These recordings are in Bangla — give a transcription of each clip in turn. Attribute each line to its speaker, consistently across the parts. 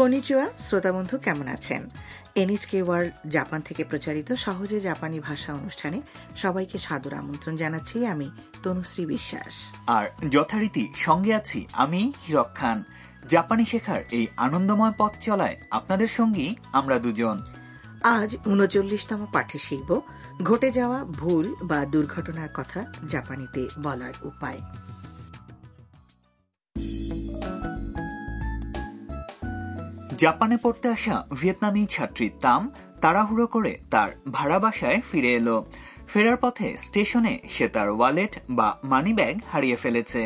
Speaker 1: কনিচুয়া শ্রোতাবন্ধু কেমন আছেন এনএচকে ওয়ার্ল্ড জাপান থেকে প্রচারিত সহজে জাপানি ভাষা অনুষ্ঠানে সবাইকে সাদর আমন্ত্রণ জানাচ্ছি আমি তনুশ্রী বিশ্বাস
Speaker 2: আর যথারীতি সঙ্গে আছি আমি হিরক খান জাপানি শেখার এই আনন্দময় পথ চলায় আপনাদের সঙ্গেই আমরা দুজন
Speaker 1: আজ উনচল্লিশতম পাঠে শিখব ঘটে যাওয়া ভুল বা দুর্ঘটনার কথা জাপানিতে বলার উপায়
Speaker 2: জাপানে পড়তে আসা ভিয়েতনামি ছাত্রী তাম তাড়াহুড়ো করে তার ভাড়া বাসায় ফিরে এলো ফেরার পথে স্টেশনে সে তার ওয়ালেট বা মানি ব্যাগ হারিয়ে ফেলেছে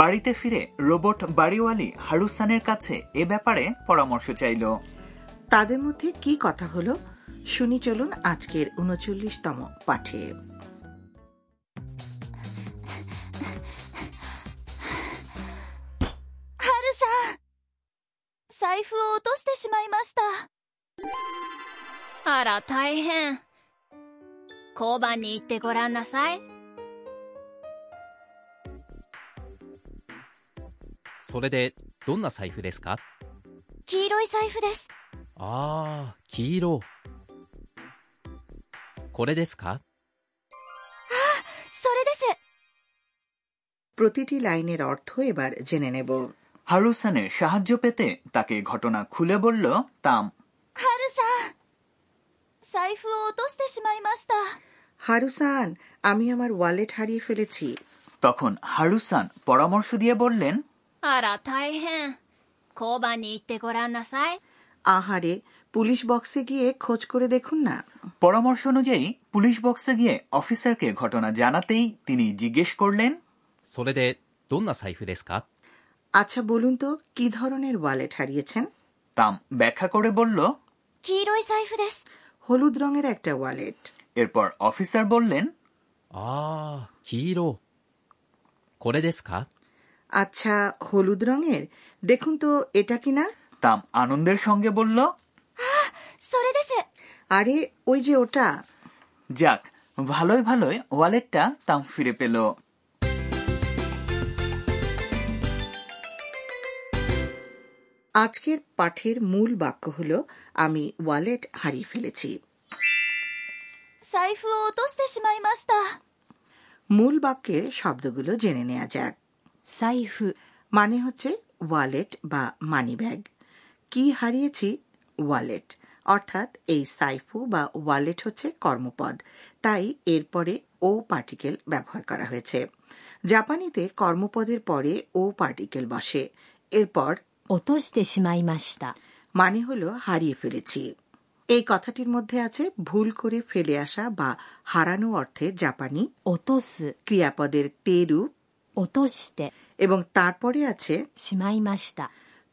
Speaker 2: বাড়িতে ফিরে রোবট বাড়িওয়ালি হারুসানের কাছে এ ব্যাপারে পরামর্শ চাইলো
Speaker 1: তাদের মধ্যে কি কথা হলো শুনি চলুন আজকের উনচল্লিশতম পাঠে
Speaker 3: ハルさん財布を落としてしまいましたあら大変交番に行ってごらんなさい
Speaker 4: それで、どんな財布ですか
Speaker 3: 黄色い財布です
Speaker 4: ああ、黄色。これですか
Speaker 3: それです
Speaker 1: প্রতিটি লাইনের অর্থ এবার জেনে নেব
Speaker 2: হারুসানের সাহায্য পেতে তাকে ঘটনা খুলে বলল তাম
Speaker 3: ハルさん財布を落としてしまいました
Speaker 1: হারুসান আমি আমার ওয়ালেট হারিয়ে ফেলেছি
Speaker 2: তখন হারুসান পরামর্শ দিয়ে বললেন
Speaker 3: あら大変交番に行ってごらんなさい
Speaker 1: আহারে পুলিশ বক্সে গিয়ে খোঁজ করে দেখুন না
Speaker 2: পরামর্শ অনুযায়ী পুলিশ বক্সে গিয়ে অফিসারকে ঘটনা জানাতেই তিনি জিজ্ঞেস করলেন
Speaker 4: それで、どんな財布ですか
Speaker 1: আচ্ছা বলুন তো কি ধরনের ওয়ালেট হারিয়েছেন
Speaker 2: তাম ব্যাখ্যা করে বলল
Speaker 3: 黄色い財布です
Speaker 1: হলুদ রঙের একটা ওয়ালেট
Speaker 2: এরপর অফিসার বললেন
Speaker 4: ああ、黄色。これですか
Speaker 1: আচ্ছা হলুদ রঙের দেখুন তো এটা কি না
Speaker 2: তাম আনন্দের সঙ্গে বলল
Speaker 3: それです
Speaker 1: আরে ওই যে ওটা
Speaker 2: যাক ভালোই ভালোই ওয়ালেটটা তাম ফিরে পেল
Speaker 1: আজকের পাঠের মূল বাক্য হলো আমি ওয়ালেট হারিয়ে ফেলেছি
Speaker 3: 財布を落としてしまいました
Speaker 1: মূল বাক্যের শব্দগুলো জেনে নেওয়া যাক
Speaker 3: 財布
Speaker 1: মানে হচ্ছে ওয়ালেট বা মানি ব্যাগ কি হারিয়েছি ওয়ালেট অর্থাৎ এই সাইফু বা ওয়ালেট হচ্ছে কর্মপদ তাই এরপরে ও পার্টিকেল ব্যবহার করা হয়েছে জাপানিতে কর্মপদের পরে ও পার্টিকেল বসে এরপর
Speaker 3: 落としてしまいました
Speaker 1: মানে হলো হারিয়ে ফেলেছি এই কথাটির মধ্যে আছে ভুল করে ফেলে আসা বা হারানো অর্থে জাপানি
Speaker 3: 落とす
Speaker 1: ক্রিয়াপদের তেরু
Speaker 3: 落として
Speaker 1: এবং তারপরে আছে
Speaker 3: しまいました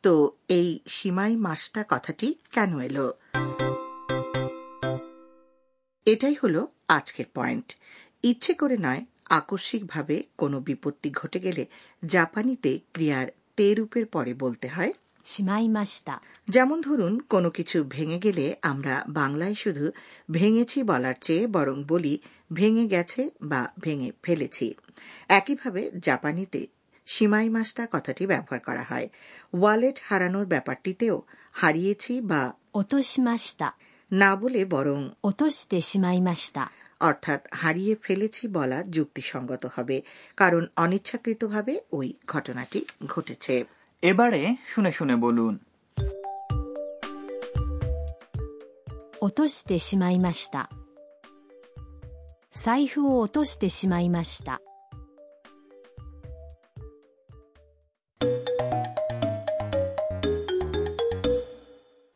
Speaker 1: তো এই সীমাই মাসটা কথাটি কেন এলো এটাই হলো আজকের পয়েন্ট ইচ্ছে করে নয় আকস্মিকভাবে কোনো বিপত্তি ঘটে গেলে জাপানিতে ক্রিয়ার তে রূপের পরে বলতে হয়
Speaker 3: しまいました。
Speaker 1: যেমন ধরুন কোনো কিছু ভেঙে গেলে আমরা বাংলায় শুধু ভেঙেছি বলার চেয়ে বরং বলি ভেঙে গেছে বা ভেঙে ফেলেছি একইভাবে জাপানিতে সীমাই মাস্তা কথাটি ব্যবহার করা হয় ওয়ালেট হারানোর ব্যাপারটিতেও হারিয়েছি বা
Speaker 3: 落としました。
Speaker 1: না বলে বরং
Speaker 3: 落としてしまいました。
Speaker 1: অর্থাৎ হারিয়ে ফেলেছি বলা যুক্তিসঙ্গত হবে কারণ অনিচ্ছাকৃতভাবে ওই ঘটনাটি ঘটেছে
Speaker 2: এবারে শুনে শুনে বলুন
Speaker 3: 落としてしまいました。財布を落としてしまいました。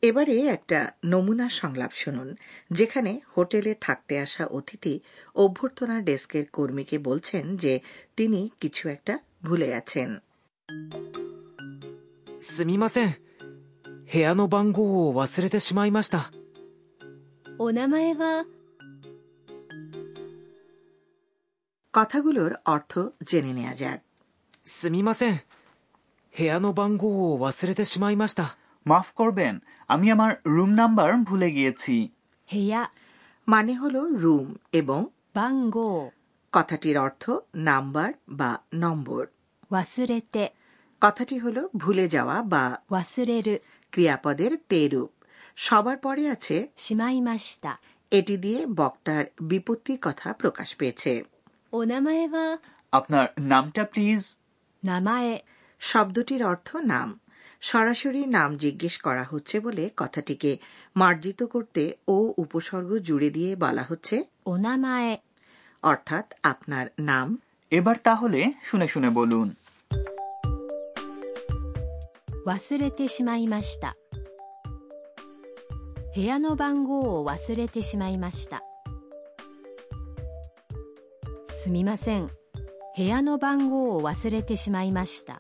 Speaker 1: এবারে একটা নমুনা সংলাপ শুনুন যেখানে হোটেলে থাকতে আসা অতিথি অভ্যর্থনা ডেস্কের কর্মীকে বলছেন যে তিনি কিছু একটা ভুলে গেছেন
Speaker 5: すみません部屋の番号を忘れてしまいました
Speaker 3: お名前は
Speaker 1: কথাগুলোর অর্থ জেনে নেওয়া যাক
Speaker 5: すみません部屋の番号を忘れてしまいました
Speaker 2: মাফ করবেন আমি আমার রুম নাম্বার ভুলে গিয়েছি
Speaker 3: 部屋
Speaker 1: মানে হল রুম এবং
Speaker 3: 番号
Speaker 1: কথাটির অর্থ নাম্বার বা নম্বর
Speaker 3: 忘れて
Speaker 1: কথাটি হল ভুলে যাওয়া বা
Speaker 3: 忘れる
Speaker 1: ক্রিয়াপদের তে রূপ সবার পরে আছে
Speaker 6: しまいました。
Speaker 1: এটি দিয়ে বক্তার বিপত্তির কথা প্রকাশ পেয়েছে
Speaker 6: お名前は
Speaker 2: আপনার নামটা প্লিজ
Speaker 6: 名前
Speaker 1: শব্দটির অর্থ নাম সরাসরি নাম জিজ্ঞেস করা হচ্ছে বলে কথাটিকে মার্জিত করতে ও উপসর্গ জুড়ে দিয়ে বলা হচ্ছে
Speaker 6: お名前
Speaker 1: অর্থাৎ আপনার নাম
Speaker 2: এবার তাহলে শুনে শুনে বলুন
Speaker 6: 忘れてしまいました。部屋の番号を忘れてしまいました。すみません。部屋の番号を忘れてしまいました。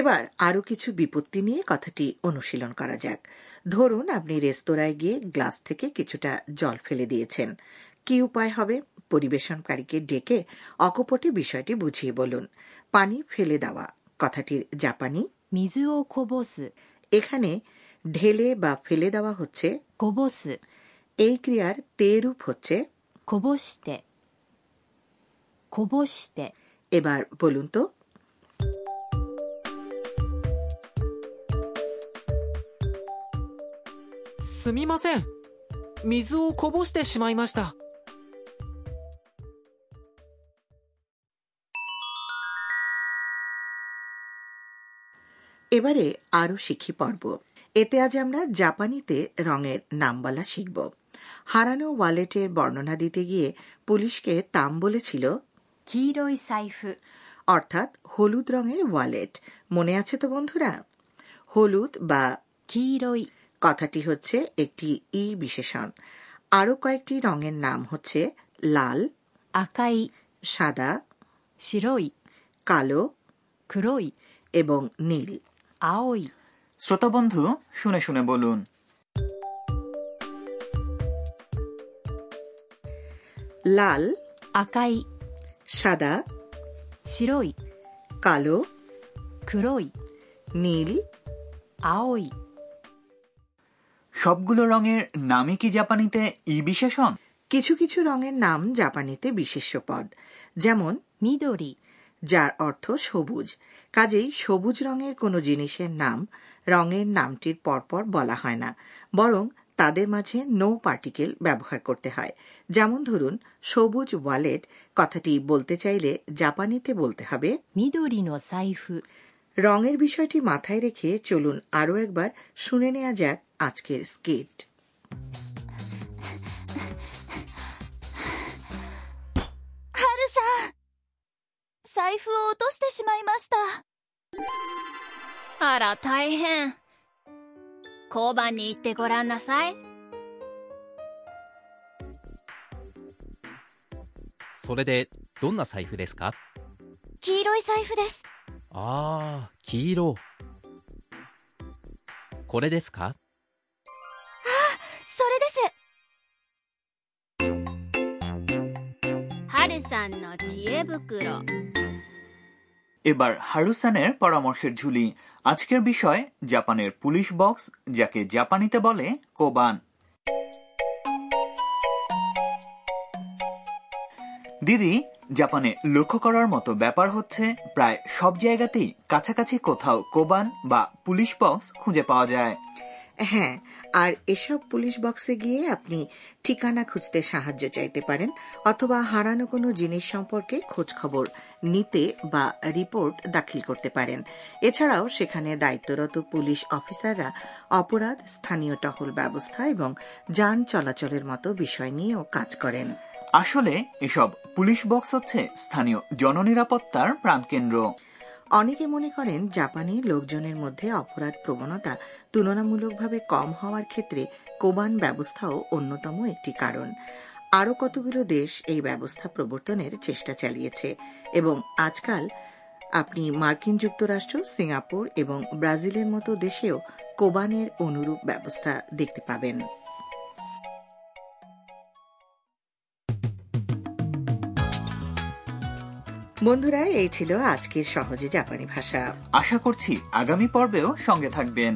Speaker 1: এবার আরো কিছু বিপত্তি নিয়ে কথাটি অনুশীলন করা যাক ধরুন আপনি রেস্তোরাঁয় গিয়ে গ্লাস থেকে কিছুটা জল ফেলে দিয়েছেন কি উপায় হবে পরিবেশনকারীকে ডেকে অকপটে বিষয়টি বুঝিয়ে বলুন পানি ফেলে দেওয়া কথাটির জাপানি
Speaker 6: 水をこぼす、
Speaker 1: এখানে ঢেলে বা ফেলে দেওয়া হচ্ছে
Speaker 6: こぼす、
Speaker 1: এই ক্রিয়ার তে রূপ হচ্ছে
Speaker 6: こぼして、こぼして、
Speaker 1: এবার বলুন তো
Speaker 5: すみません。水をこぼしてしまいました。
Speaker 1: এবারে আরও শিখি পর্ব এতে আজ আমরা জাপানিতে রঙের নাম বলা শিখব হারানো ওয়ালেটের বর্ণনা দিতে গিয়ে পুলিশকে তাম বলেছিল
Speaker 6: 黄色い財布、
Speaker 1: অর্থাৎ হলুদ রঙের ওয়ালেট মনে আছে তো বন্ধুরা হলুদ বা
Speaker 6: 黄色い、
Speaker 1: কথাটি হচ্ছে একটি ই বিশেষণ আরও কয়েকটি রঙের নাম হচ্ছে লাল
Speaker 6: 赤い、
Speaker 1: সাদা
Speaker 6: 白い、
Speaker 1: কালো
Speaker 6: 黒い、
Speaker 1: এবং নীল
Speaker 6: 青い、
Speaker 2: শ্রোতা বন্ধু শুনে শুনে বলুন
Speaker 1: লাল
Speaker 6: 赤い、
Speaker 1: সাদা
Speaker 6: 白い、
Speaker 1: কালো
Speaker 6: 黒い、
Speaker 1: নীল
Speaker 6: 青い、
Speaker 2: সবগুলো রঙের নামই কি জাপানিতে ই বিশেষণ
Speaker 1: কিছু কিছু রঙের নাম জাপানিতে বিশেষ্য পদ যেমন
Speaker 6: 緑、
Speaker 1: যার অর্থ সবুজ কাজেই সবুজ রঙের কোনো জিনিসের নাম রঙের নামটির পরপর বলা হয় না বরং তাদের মাঝে নো পার্টিকেল ব্যবহার করতে হয় যেমন ধরুন সবুজ ওয়ালেট কথাটি বলতে চাইলে জাপানিতে বলতে হবে
Speaker 6: 緑の財布、
Speaker 1: রঙের বিষয়টি মাথায় রেখে চলুন আরও একবার শুনে নেওয়া যাক আজকের স্কেট
Speaker 7: ハルさん財布を落としてしまいました
Speaker 3: あら大変交番に行ってごらんなさい
Speaker 4: それで、どんな財布ですか
Speaker 7: 黄色い財布です
Speaker 4: ああ、黄色。これですか
Speaker 7: それです
Speaker 3: はるさんの知恵袋
Speaker 2: এবার হারুসানের পরামর্শের ঝুলি আজকের বিষয় জাপানের পুলিশ বক্স যাকে জাপানিতে বলে কোবান দিদি জাপানে লক্ষ্য করার মতো ব্যাপার হচ্ছে প্রায় সব জায়গাতেই কাছাকাছি কোথাও কোবান বা পুলিশ বক্স খুঁজে পাওয়া যায়
Speaker 1: হ্যাঁ আর এসব পুলিশ বক্সে গিয়ে আপনি ঠিকানা খুঁজতে সাহায্য চাইতে পারেন অথবা হারানো কোনো জিনিস সম্পর্কে খোঁজ খবর নিতে বা রিপোর্ট দাখিল করতে পারেন এছাড়াও সেখানে দায়িত্বরত পুলিশ অফিসাররা অপরাধ স্থানীয় টহল ব্যবস্থা এবং যান চলাচলের মতো বিষয় নিয়েও কাজ করেন
Speaker 2: আসলে এসব পুলিশ বক্স হচ্ছে স্থানীয় জননিরাপত্তার প্রাণকেন্দ্র
Speaker 1: অনেকে মনে করেন জাপানি লোকজনের মধ্যে অপরাধ প্রবণতা তুলনামূলকভাবে কম হওয়ার ক্ষেত্রে কোবান ব্যবস্থাও অন্যতম একটি কারণ আরও কতগুলো দেশ এই ব্যবস্থা প্রবর্তনের চেষ্টা চালিয়েছে এবং আজকাল আপনি মার্কিন যুক্তরাষ্ট্র সিঙ্গাপুর এবং ব্রাজিলের মতো দেশেও কোবানের অনুরূপ ব্যবস্থা দেখতে পাবেন বন্ধুরা এই ছিল আজকের সহজে জাপানি ভাষা
Speaker 2: আশা করছি আগামী পর্বেও সঙ্গে থাকবেন